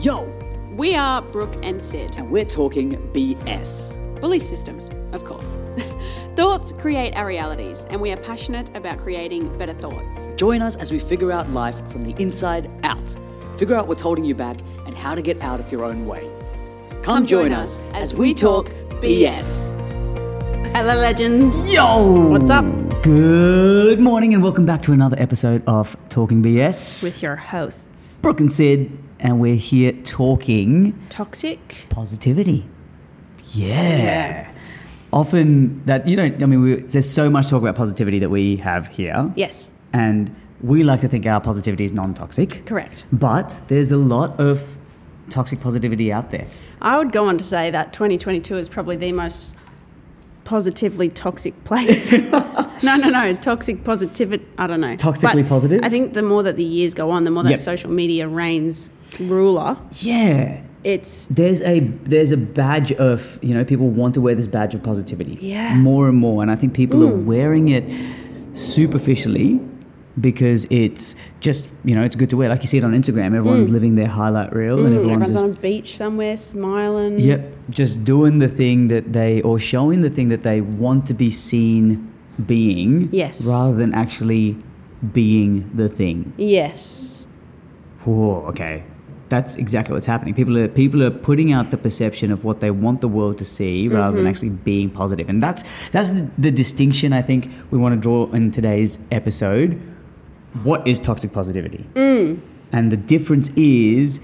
Yo, We are Brooke and Sid. and we're talking BS. Belief systems, of course. thoughts create our realities, and we are passionate about creating better thoughts. Join us as we figure out life from the inside out. Figure out what's holding you back and how to get out of your own way. Come, join, us as, we talk BS. Hello, legends. Yo! What's up? Good morning and welcome back to another episode of Talking BS With your hosts, Brooke and Sid, and we're here talking toxic. positivity. yeah. often that you don't i mean we, there's so much talk about positivity that we have here Yes. and we like to think our positivity is non-toxic Correct. but there's a lot of toxic positivity out there I would go on to say that 2022 is probably the most positively toxic place. no, no, no. Toxic positivity. I don't know. Toxically positive? I think the more that the years go on, the more that Yep. social media reigns ruler. yeah It's there's a there's a badge of you know people want to wear this badge of positivity Yeah. more and more and i think people are wearing it superficially because it's just you know it's good to wear like you see it on instagram everyone's living their highlight reel and everyone's Mm, everyone's just on a beach somewhere smiling. Yep, just doing the thing that they or showing the thing that they want to be seen being. Yes. Rather than actually being the thing. Yes. Whoa, okay. That's exactly what's happening. People are people are putting out the perception of what they want the world to see rather than actually being positive. And that's that's the, the distinction I think we want to draw in today's episode. What is toxic positivity? And the difference is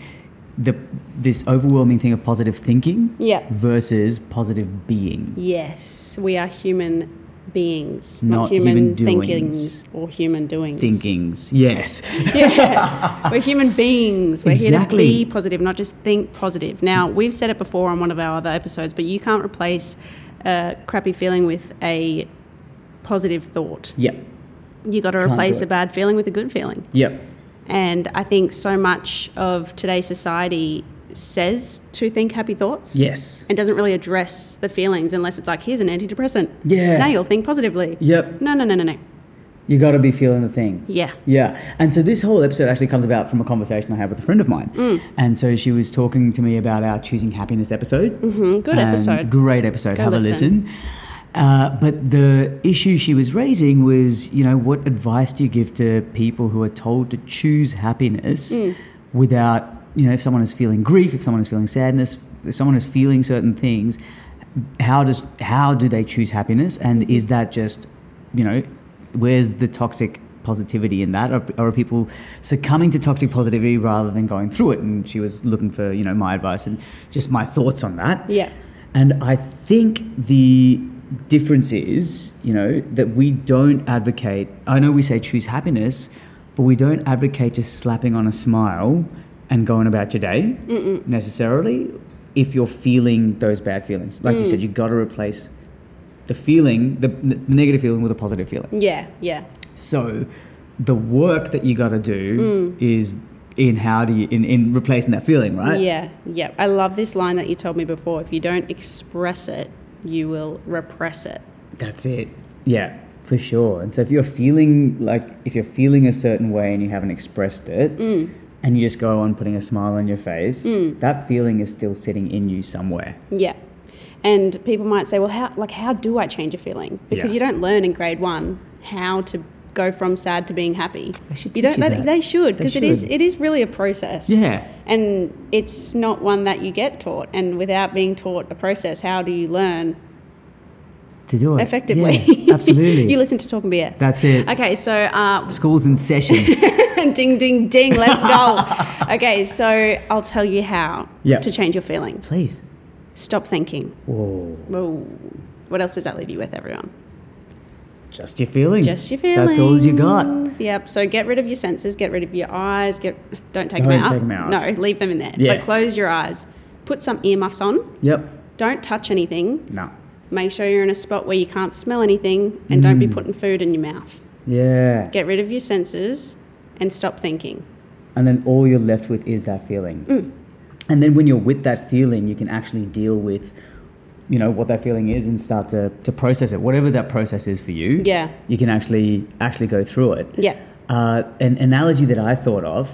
the this overwhelming thing of positive thinking Yeah. versus positive being. Yes. We are human beings, not, Not human, human doings. thinkings or human doings. Thinkings, yes. yeah. We're human beings. We're Exactly. here to be positive, not just think positive. Now, we've said it before on one of our other episodes, but you can't replace a crappy feeling with a positive thought. Yep, You got to do replace it. a bad feeling with a good feeling. yep. And I think so much of today's society says to think happy thoughts. Yes. And doesn't really address the feelings unless it's like, here's an antidepressant. Yeah. Now you'll think positively. Yep. No, no, no, no, no. You gotta be feeling the thing. Yeah. Yeah. And so this whole episode actually comes about from a conversation I had with a friend of mine. And so she was talking to me about our Choosing Happiness episode. Mm-hmm. Good episode. Great episode. Go Have a listen. listen. Uh, but the issue she was raising was, you know, what advice do you give to people who are told to choose happiness Hmm. without, you know, if someone is feeling grief, if someone is feeling sadness, if someone is feeling certain things, how does how do they choose happiness, and is that just, you know, where's the toxic positivity in that? Are, are people succumbing to toxic positivity rather than going through it? And she was looking for, you know, my advice and just my thoughts on that. Yeah. And I think the difference is, you know, that we don't advocate. I know we say choose happiness, but we don't advocate just slapping on a smile and going about your day necessarily if you're feeling those bad feelings. Like you said, you got to replace the feeling, the, the negative feeling, with a positive feeling. Yeah. Yeah. So the work that you got to do is in how do you in, in replacing that feeling, right? Yeah, yeah. I love this line that you told me before. If you don't express it, you will repress it. That's it. Yeah, for sure. And so if you're feeling like if you're feeling a certain way and you haven't expressed it, Mm. and you just go on putting a smile on your face, that feeling is still sitting in you somewhere. Yeah. And people might say, well, how like how do I change a feeling? Because Yeah. you don't learn in grade one how to go from sad to being happy. They should teach you don't. you they- that. They should They because it is should. it is really a process. Yeah. And it's not one that you get taught. And without being taught a process, how do you learn To do it effectively? Yeah, absolutely. you listen to Talking BS. That's it. Okay, so uh, School's in session. ding, ding, ding. Let's go. okay, so I'll tell you how Yeah. to change your feeling. Please. Stop thinking. Whoa. Whoa. What else does that leave you with, everyone? Just your feelings. Just your feelings. That's all you got. Yep. So get rid of your senses. Get rid of your eyes. Get don't take Don't them out. take 'em out. No, leave them in there. Yeah. But close your eyes. Put some earmuffs on. Yep. Don't touch anything. No. Make sure you're in a spot where you can't smell anything, and don't Mm. be putting food in your mouth. Yeah. Get rid of your senses, and stop thinking. and then all you're left with is that feeling. Mm. And then when you're with that feeling, you can actually deal with, you know, what that feeling is and start to, to process it. Whatever that process is for you, Yeah. you can actually actually go through it. Yeah. Mm. uh, an analogy that I thought of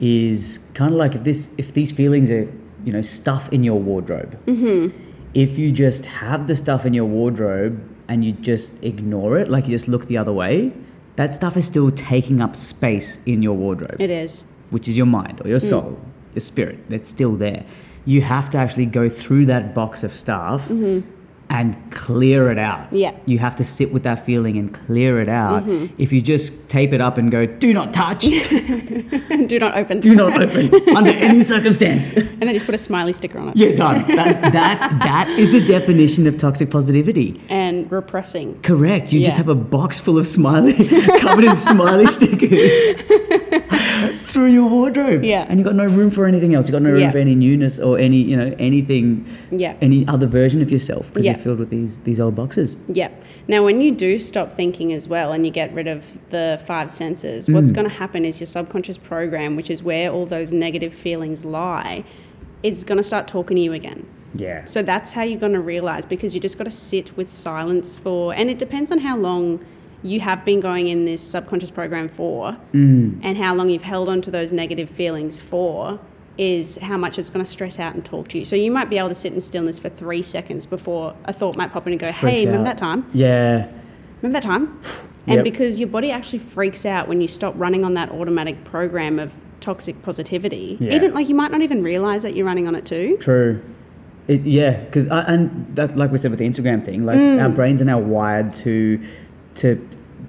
is kind of like if this if these feelings are you know stuff in your wardrobe. Mm-hmm. If you just have the stuff in your wardrobe and you just ignore it, like you just look the other way, that stuff is still taking up space in your wardrobe It is. which is your mind or your soul, your spirit, that's still there. You have to actually go through that box of stuff and clear it out. Yeah. You have to sit with that feeling and clear it out. If you just tape it up and go, do not touch, Do not open. do not open under any circumstance. And then just put a smiley sticker on it. You're done. That, that, that is the definition of toxic positivity. And repressing. Correct. You just Yeah. have a box full of smiley, covered in smiley stickers through your wardrobe. Yeah. And you've got no room for anything else. You've got no room Yeah. for any newness or any, you know, anything, Yeah. any other version of yourself because Yeah. you're filled with these these old boxes. Yep. Now, when you do stop thinking as well and you get rid of the five senses, Mm. what's going to happen is your subconscious program, which is where all those negative feelings lie, is going to start talking to you again. Yeah. So that's how you're going to realize because you just got to sit with silence for, and it depends on how long you have been going in this subconscious program for Mm. and how long you've held on to those negative feelings for is how much it's going to stress out and talk to you. So you might be able to sit in stillness for three seconds before a thought might pop in and go, Freaks hey, remember out. that time? Yeah. Remember that time? And Yep. because your body actually freaks out when you stop running on that automatic program of toxic positivity. Yeah. Even like you might not even realize that you're running on it too. True. It, yeah, because and that, like we said with the Instagram thing, like Mm. our brains are now wired to to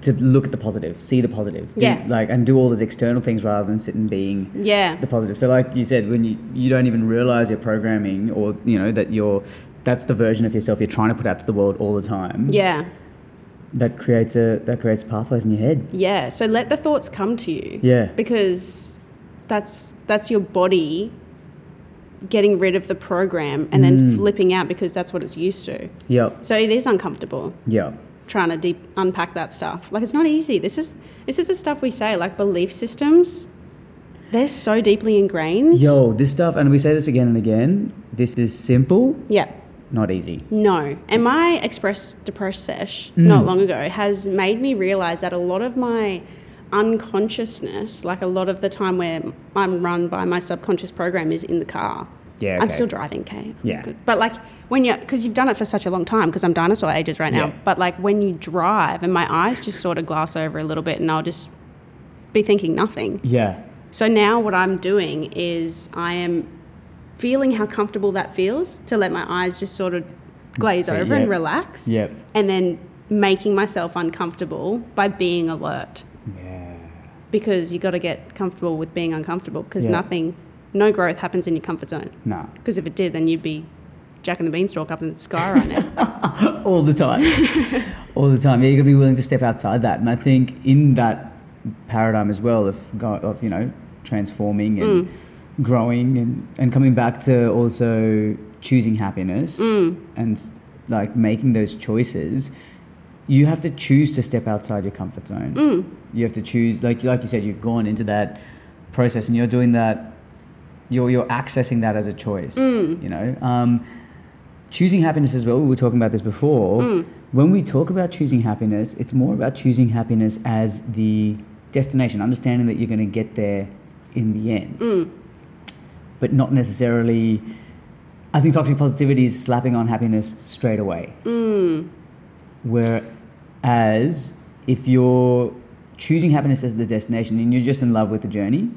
to look at the positive, see the positive, do- Yeah. like and do all those external things rather than sit and being Yeah. the positive. So, like you said, when you, you don't even realize you're programming, or you know that you're that's the version of yourself you're trying to put out to the world all the time. Yeah. that creates a that creates pathways in your head. Yeah. So let the thoughts come to you. Yeah. Because that's that's your body getting rid of the program Mm. and then flipping out because that's what it's used to. Yep. So it is uncomfortable Yep. trying to deep unpack that stuff. Like it's not easy. This is this is the stuff we say like belief systems. They're so deeply ingrained. Yo, this stuff, and we say this again and again. This is simple, Yeah. not easy. No. And my Express Depressed sesh Mm. not long ago has made me realize that a lot of my unconsciousness, like a lot of the time where I'm run by my subconscious program, is in the car. Yeah, I'm okay. still driving, Kay. I'm Yeah. good. But like when you, because you've done it for such a long time, because I'm dinosaur ages right now. Yeah. But like when you drive and my eyes just sort of glass over a little bit and I'll just be thinking nothing. Yeah. So now what I'm doing is I am feeling how comfortable that feels to let my eyes just sort of glaze Yeah. over and relax. Yep. And then making myself uncomfortable by being alert Yeah. because you got to get comfortable with being uncomfortable because Yeah. nothing, no growth happens in your comfort zone. Nah. Because if it did, then you'd be Jack and the Beanstalk up in the sky right now. all the time. all the time. Yeah, you got to be willing to step outside that. And I think in that paradigm as well of, go- of you know, transforming and growing and, and coming back to also choosing happiness and like making those choices, you have to choose to step outside your comfort zone. You have to choose, like, like you said, you've gone into that process and you're doing that, you're, you're accessing that as a choice, you know? Um, choosing happiness as well we were talking about this before when we talk about choosing happiness it's more about choosing happiness as the destination understanding that you're going to get there in the end but not necessarily i think toxic positivity is slapping on happiness straight away whereas if you're choosing happiness as the destination and you're just in love with the journey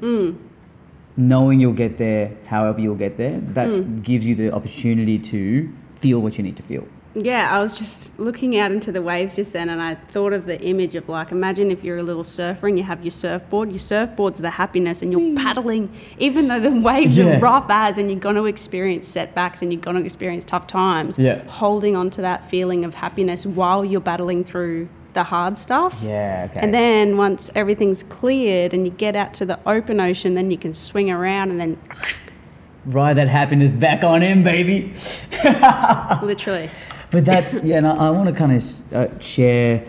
knowing you'll get there however you'll get there that Hmm. gives you the opportunity to feel what you need to feel yeah, I was just looking out into the waves just then and I thought of the image of like, imagine if you're a little surfer and you have your surfboard, your surfboard's the happiness and you're paddling, even though the waves Hmm. Yeah. are rough as and you're going to experience setbacks and you're going to experience tough times. Yeah. Holding on to that feeling of happiness while you're battling through the hard stuff. yeah okay And then once everything's cleared and you get out to the open ocean, then you can swing around and then ride that happiness back on in baby Ah. literally. but that's yeah and i, I want to kind of sh- uh, share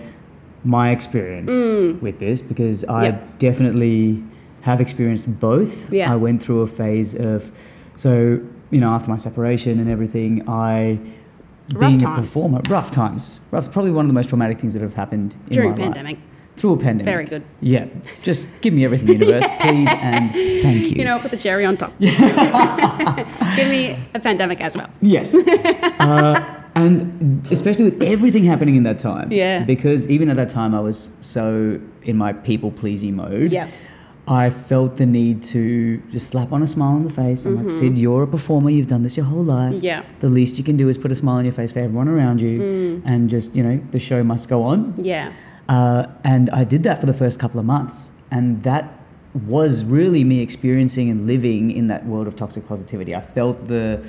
my experience Mm. with this because i Yep. definitely have experienced both Yeah. i went through a phase of so you know after my separation and everything i Rough being times. a performer rough times rough probably one of the most traumatic things that have happened in During my pandemic. life through a pandemic. Very good. Yeah. Just give me everything, universe, please, and thank you. You know, I'll put the cherry on top. Give me a pandemic as well. Yes. uh, and especially with everything happening in that time. Yeah. Because even at that time, I was so in my people pleasing mode. Yeah. I felt the need to just slap on a smile on the face. I'm like, Sid, you're a performer. You've done this your whole life. Mm-hmm. Yeah. Mm. The least you can do is put a smile on your face for everyone around you and just, you know, the show must go on. Yeah. Uh, and I did that for the first couple of months. And that was really me experiencing and living in that world of toxic positivity. I felt the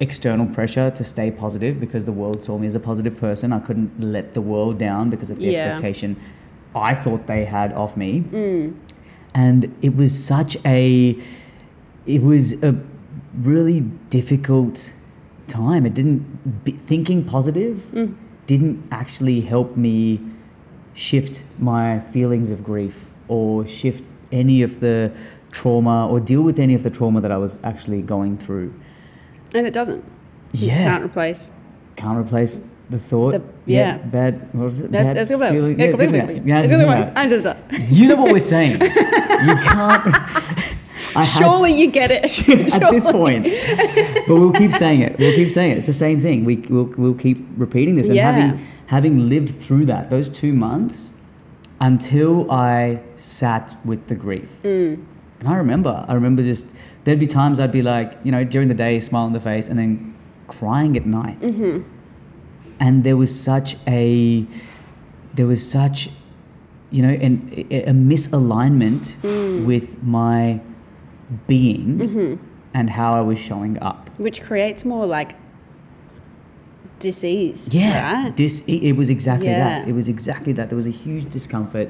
external pressure to stay positive because the world saw me as a positive person. I couldn't let the world down because of the Yeah. expectation I thought they had of me. And it was such a, it was a really difficult time. It didn't, b- thinking positive Mm. didn't actually help me shift my feelings of grief or shift any of the trauma or deal with any of the trauma that I was actually going through. And it doesn't. You just yeah. can't replace. Can't replace the thought. The- yeah. Bad. What was it? That, bad that's the one. feeling- Yeah, yeah, completely. yeah, yeah, That's the yeah. one. Answer that. You know what we're saying. you can't. I had Surely you get it. at this Surely. point. But we'll keep saying it. We'll keep saying it. It's the same thing. We we'll, we'll keep repeating this. And Yeah. having having lived through that, those two months, until I sat with the grief. Mm. And I remember, I remember just there'd be times I'd be like, you know, during the day, smile on the face, and then crying at night. Mm-hmm. And there was such a, there was such, you know, an, a a misalignment with my being and how I was showing up. Which creates more like disease. Yeah, Right? dis- it, it was exactly that. Yeah. It was exactly that. There was a huge discomfort,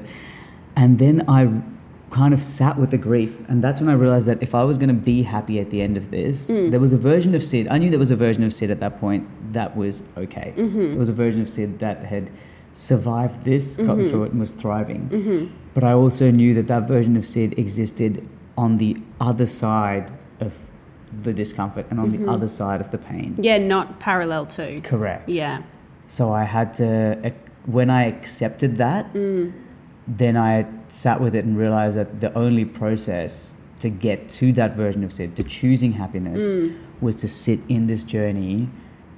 and then I kind of sat with the grief, and that's when I realized that if I was going to be happy at the end of this, Hmm. there was a version of Sid. I knew there was a version of Sid at that point that was okay. Mm-hmm. There was a version of Sid that had survived this, gotten Mm-hmm. through it, and was thriving. But I also knew that that version of Sid existed on the other side of the discomfort and on the other side of the pain. Mm-hmm. Yeah, not parallel to. Correct. Yeah. So I had to, when I accepted that, then I sat with it and realized that the only process to get to that version of Sid, to choosing happiness, was to sit in this journey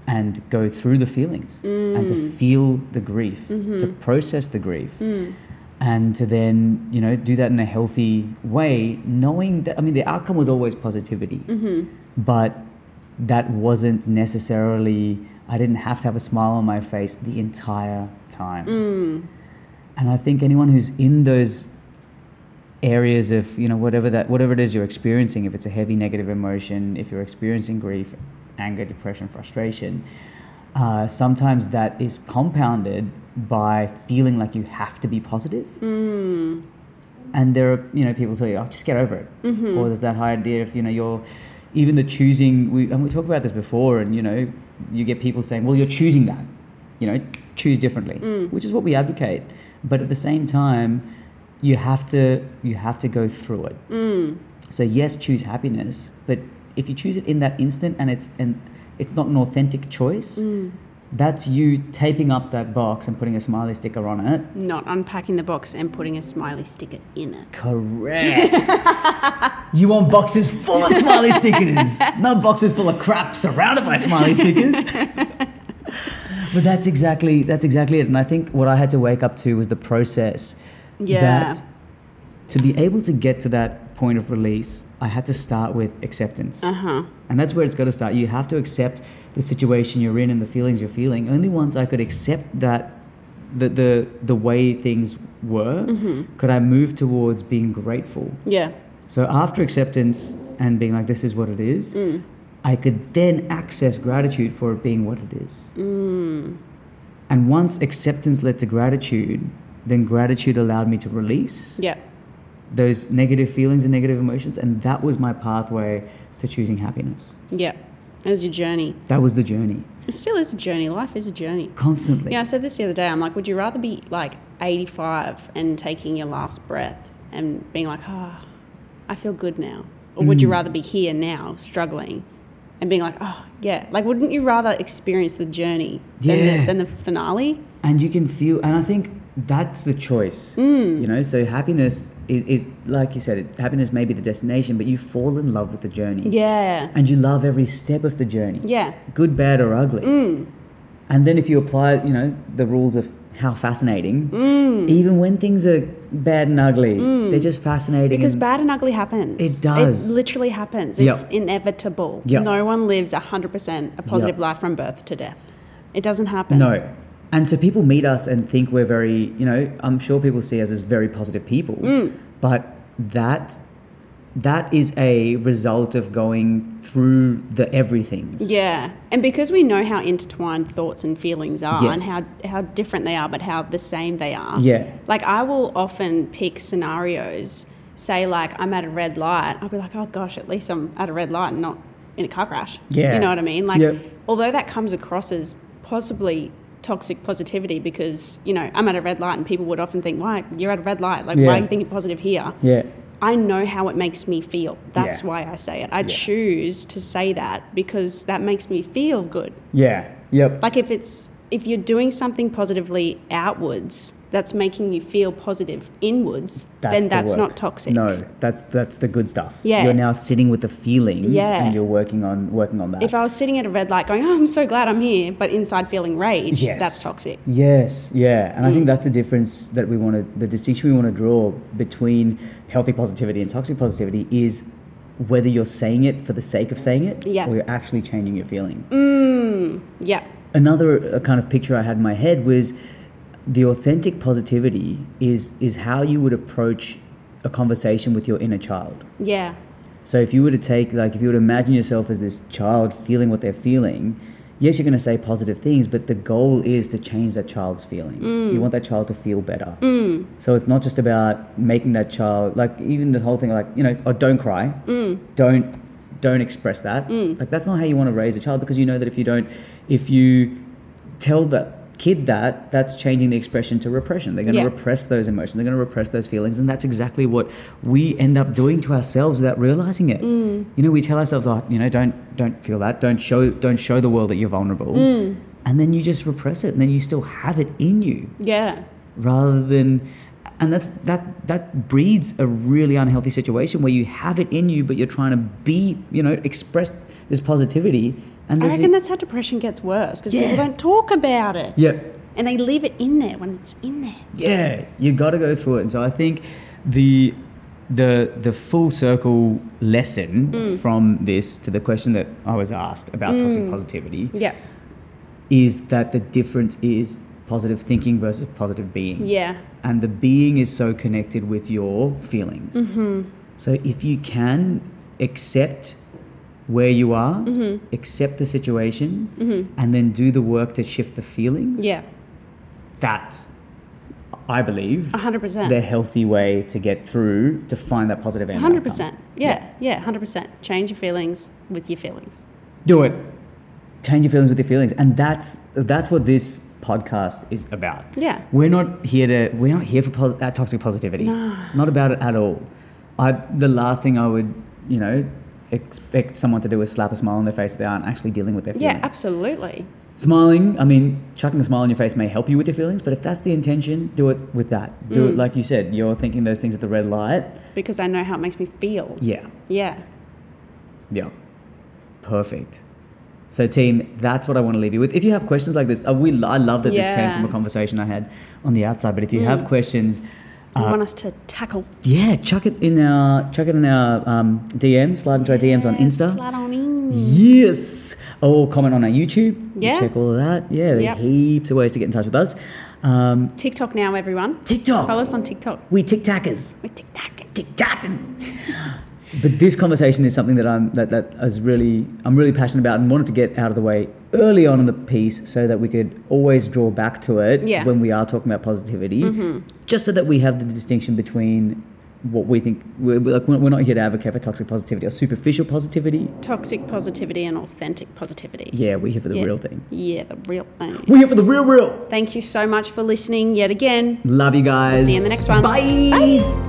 and go through the feelings and to feel the grief, to process the grief. And to then, you know, do that in a healthy way, knowing that, I mean, the outcome was always positivity but that wasn't necessarily i didn't have to have a smile on my face the entire time and i think anyone who's in those areas of you know whatever that whatever it is you're experiencing if it's a heavy negative emotion if you're experiencing grief anger depression frustration uh, sometimes that is compounded by feeling like you have to be positive and there are you know people tell you oh just get over it or there's that high idea of you know you're even the choosing we and we talked about this before and you know you get people saying well you're choosing that you know choose differently which is what we advocate but at the same time you have to you have to go through it so yes choose happiness but if you choose it in that instant and it's and it's not an authentic choice that's you taping up that box and putting a smiley sticker on it Not unpacking the box and putting a smiley sticker in it. Correct. you want boxes full of smiley stickers, not boxes full of crap surrounded by smiley stickers. but that's exactly that's exactly it. And I think what I had to wake up to was the process Yeah. that to be able to get to that point of release, I had to start with acceptance. Uh huh. And that's where it's got to start. You have to accept the situation you're in and the feelings you're feeling. Only once I could accept that the the, the way things were, could I move towards being grateful. Yeah. So after acceptance and being like this is what it is, I could then access gratitude for it being what it is. And once acceptance led to gratitude, then gratitude allowed me to release Yeah. those negative feelings and negative emotions and that was my pathway to choosing happiness. Yeah. It was your journey. That was the journey. It still is a journey. Life is a journey. Constantly. Yeah, I said this the other day. I'm like, would you rather be like 85 and taking your last breath and being like, oh, I feel good now? Or would you Mm. rather be here now, struggling, and being like, oh, yeah? Like, wouldn't you rather experience the journey than, Yeah. the, than the finale? And you can feel, and I think that's the choice. You know, so happiness is, is like you said, it, happiness may be the destination, but you fall in love with the journey. Yeah. And you love every step of the journey. Yeah. Mm. Good, bad, or ugly. And then if you apply, you know, the rules of how fascinating, Mm. even when things are bad and ugly, they're just fascinating. Because and- bad and ugly happens. Mm. It does. It literally happens. Yep. It's inevitable. Yep. No one lives 100% a positive Yep. life from birth to death. It doesn't happen. No. And so people meet us and think we're very, you know, I'm sure people see us as very positive people. Mm. But that that is a result of going through the everythings. Yeah. And because we know how intertwined thoughts and feelings are Yes. and how, how different they are, but how the same they are. Yeah. Like I will often pick scenarios, say like I'm at a red light, I'll be like, oh gosh, at least I'm at a red light and not in a car crash. Yeah. You know what I mean? Like Yep. although that comes across as possibly toxic positivity because, you know, I'm at a red light and people would often think, why you're at a red light? Like Yeah. why are you thinking positive here? Yeah. I know how it makes me feel. That's Yeah. why I say it. I choose to say that because that makes me feel good. Yeah. Yep. Like if it's if you're doing something positively outwards that's making you feel positive inwards, then the that's work. not toxic. No, that's that's the good stuff. Yeah. You're now sitting with the feelings Yeah. and you're working on working on that. If I was sitting at a red light going, "Oh, I'm so glad I'm here," but inside feeling rage, Yes. that's toxic. Mm. Yes, yeah. And I think that's the difference that we want to, the distinction we want to draw between healthy positivity and toxic positivity is whether you're saying it for the sake of saying it Yeah. Mm. or you're actually changing your feeling. Yeah. Another uh, kind of picture I had in my head was the authentic positivity is is how you would approach a conversation with your inner child. Yeah. So if you were to take like if you were to imagine yourself as this child feeling what they're feeling, yes, you're going to say positive things, but the goal is to change that child's feeling. You want that child to feel better. So it's not just about making that child like even the whole thing like you know oh don't cry, don't don't express that. Like that's not how you want to raise a child because you know that if you don't, if you tell that kid that that's changing the expression to repression they're going to Yeah. repress those emotions they're going to repress those feelings and that's exactly what we end up doing to ourselves without realizing it you know we tell ourselves oh you know don't don't feel that don't show don't show the world that you're vulnerable and then you just repress it and then you still have it in you Yeah. rather than and that's that that breeds a really unhealthy situation where you have it in you but you're trying to be you know express this positivity and I this reckon that's how depression gets worse because Yeah. people don't talk about it. yeah And they leave it in there when it's in there. yeah you got to go through it and so i think the the the full circle lesson Mm. from this to the question that i was asked about toxic positivity Yeah. is that the difference is positive thinking versus positive being Yeah. and the being is so connected with your feelings Mm-hmm. so if you can accept where you are Mm-hmm. accept the situation and then do the work to shift the feelings Yeah. that's i believe 100%. the healthy way to get through to find that positive end. Hundred outcome. percent. Yeah, yeah, hundred percent. Change your feelings with your feelings. Do it. Change your feelings with your feelings, and that's that's what this podcast is about. Yeah. we're not here to we're not here for pos- uh, toxic positivity. No. Not about it at all. I the last thing I would you know expect someone to do is slap a smile on their face if they aren't actually dealing with their feelings. Yeah, absolutely. Smiling, I mean, chucking a smile on your face may help you with your feelings, but if that's the intention, do it with that. Do it Mm. like you said. You're thinking those things at the red light. Because I know how it makes me feel. Yeah. Yeah. Yeah. Perfect. So, team, that's what I want to leave you with. If you have questions like this, uh, we I love that this came Yeah. Mm. from a conversation I had on the outside. But if you have questions, You uh, want us to tackle yeah, chuck it in our chuck it in our um, DMs, slide into our DMs on Yeah, Insta. slide on in. Yes. Or comment on our YouTube. You Yeah. Check all of that. Yeah, there are Yep. heaps of ways to get in touch with us. Um, TikTok now, everyone. TikTok. Follow us on TikTok. We tic tackers. We're TikTok. Tick tapping. But this conversation is something that I'm that that is really I'm really passionate about and wanted to get out of the way early on in the piece so that we could always draw back to it Yeah. Mm-hmm. when we are talking about positivity, just so that we have the distinction between what we think we're, we're like we're we're not here to advocate for toxic positivity or superficial positivity. Toxic positivity and authentic positivity. Yeah, we're here for the Yeah. real thing. Yeah, the real thing. We're here for the real, real. Thank you so much for listening yet again. Love you guys. see you in the next one. Bye.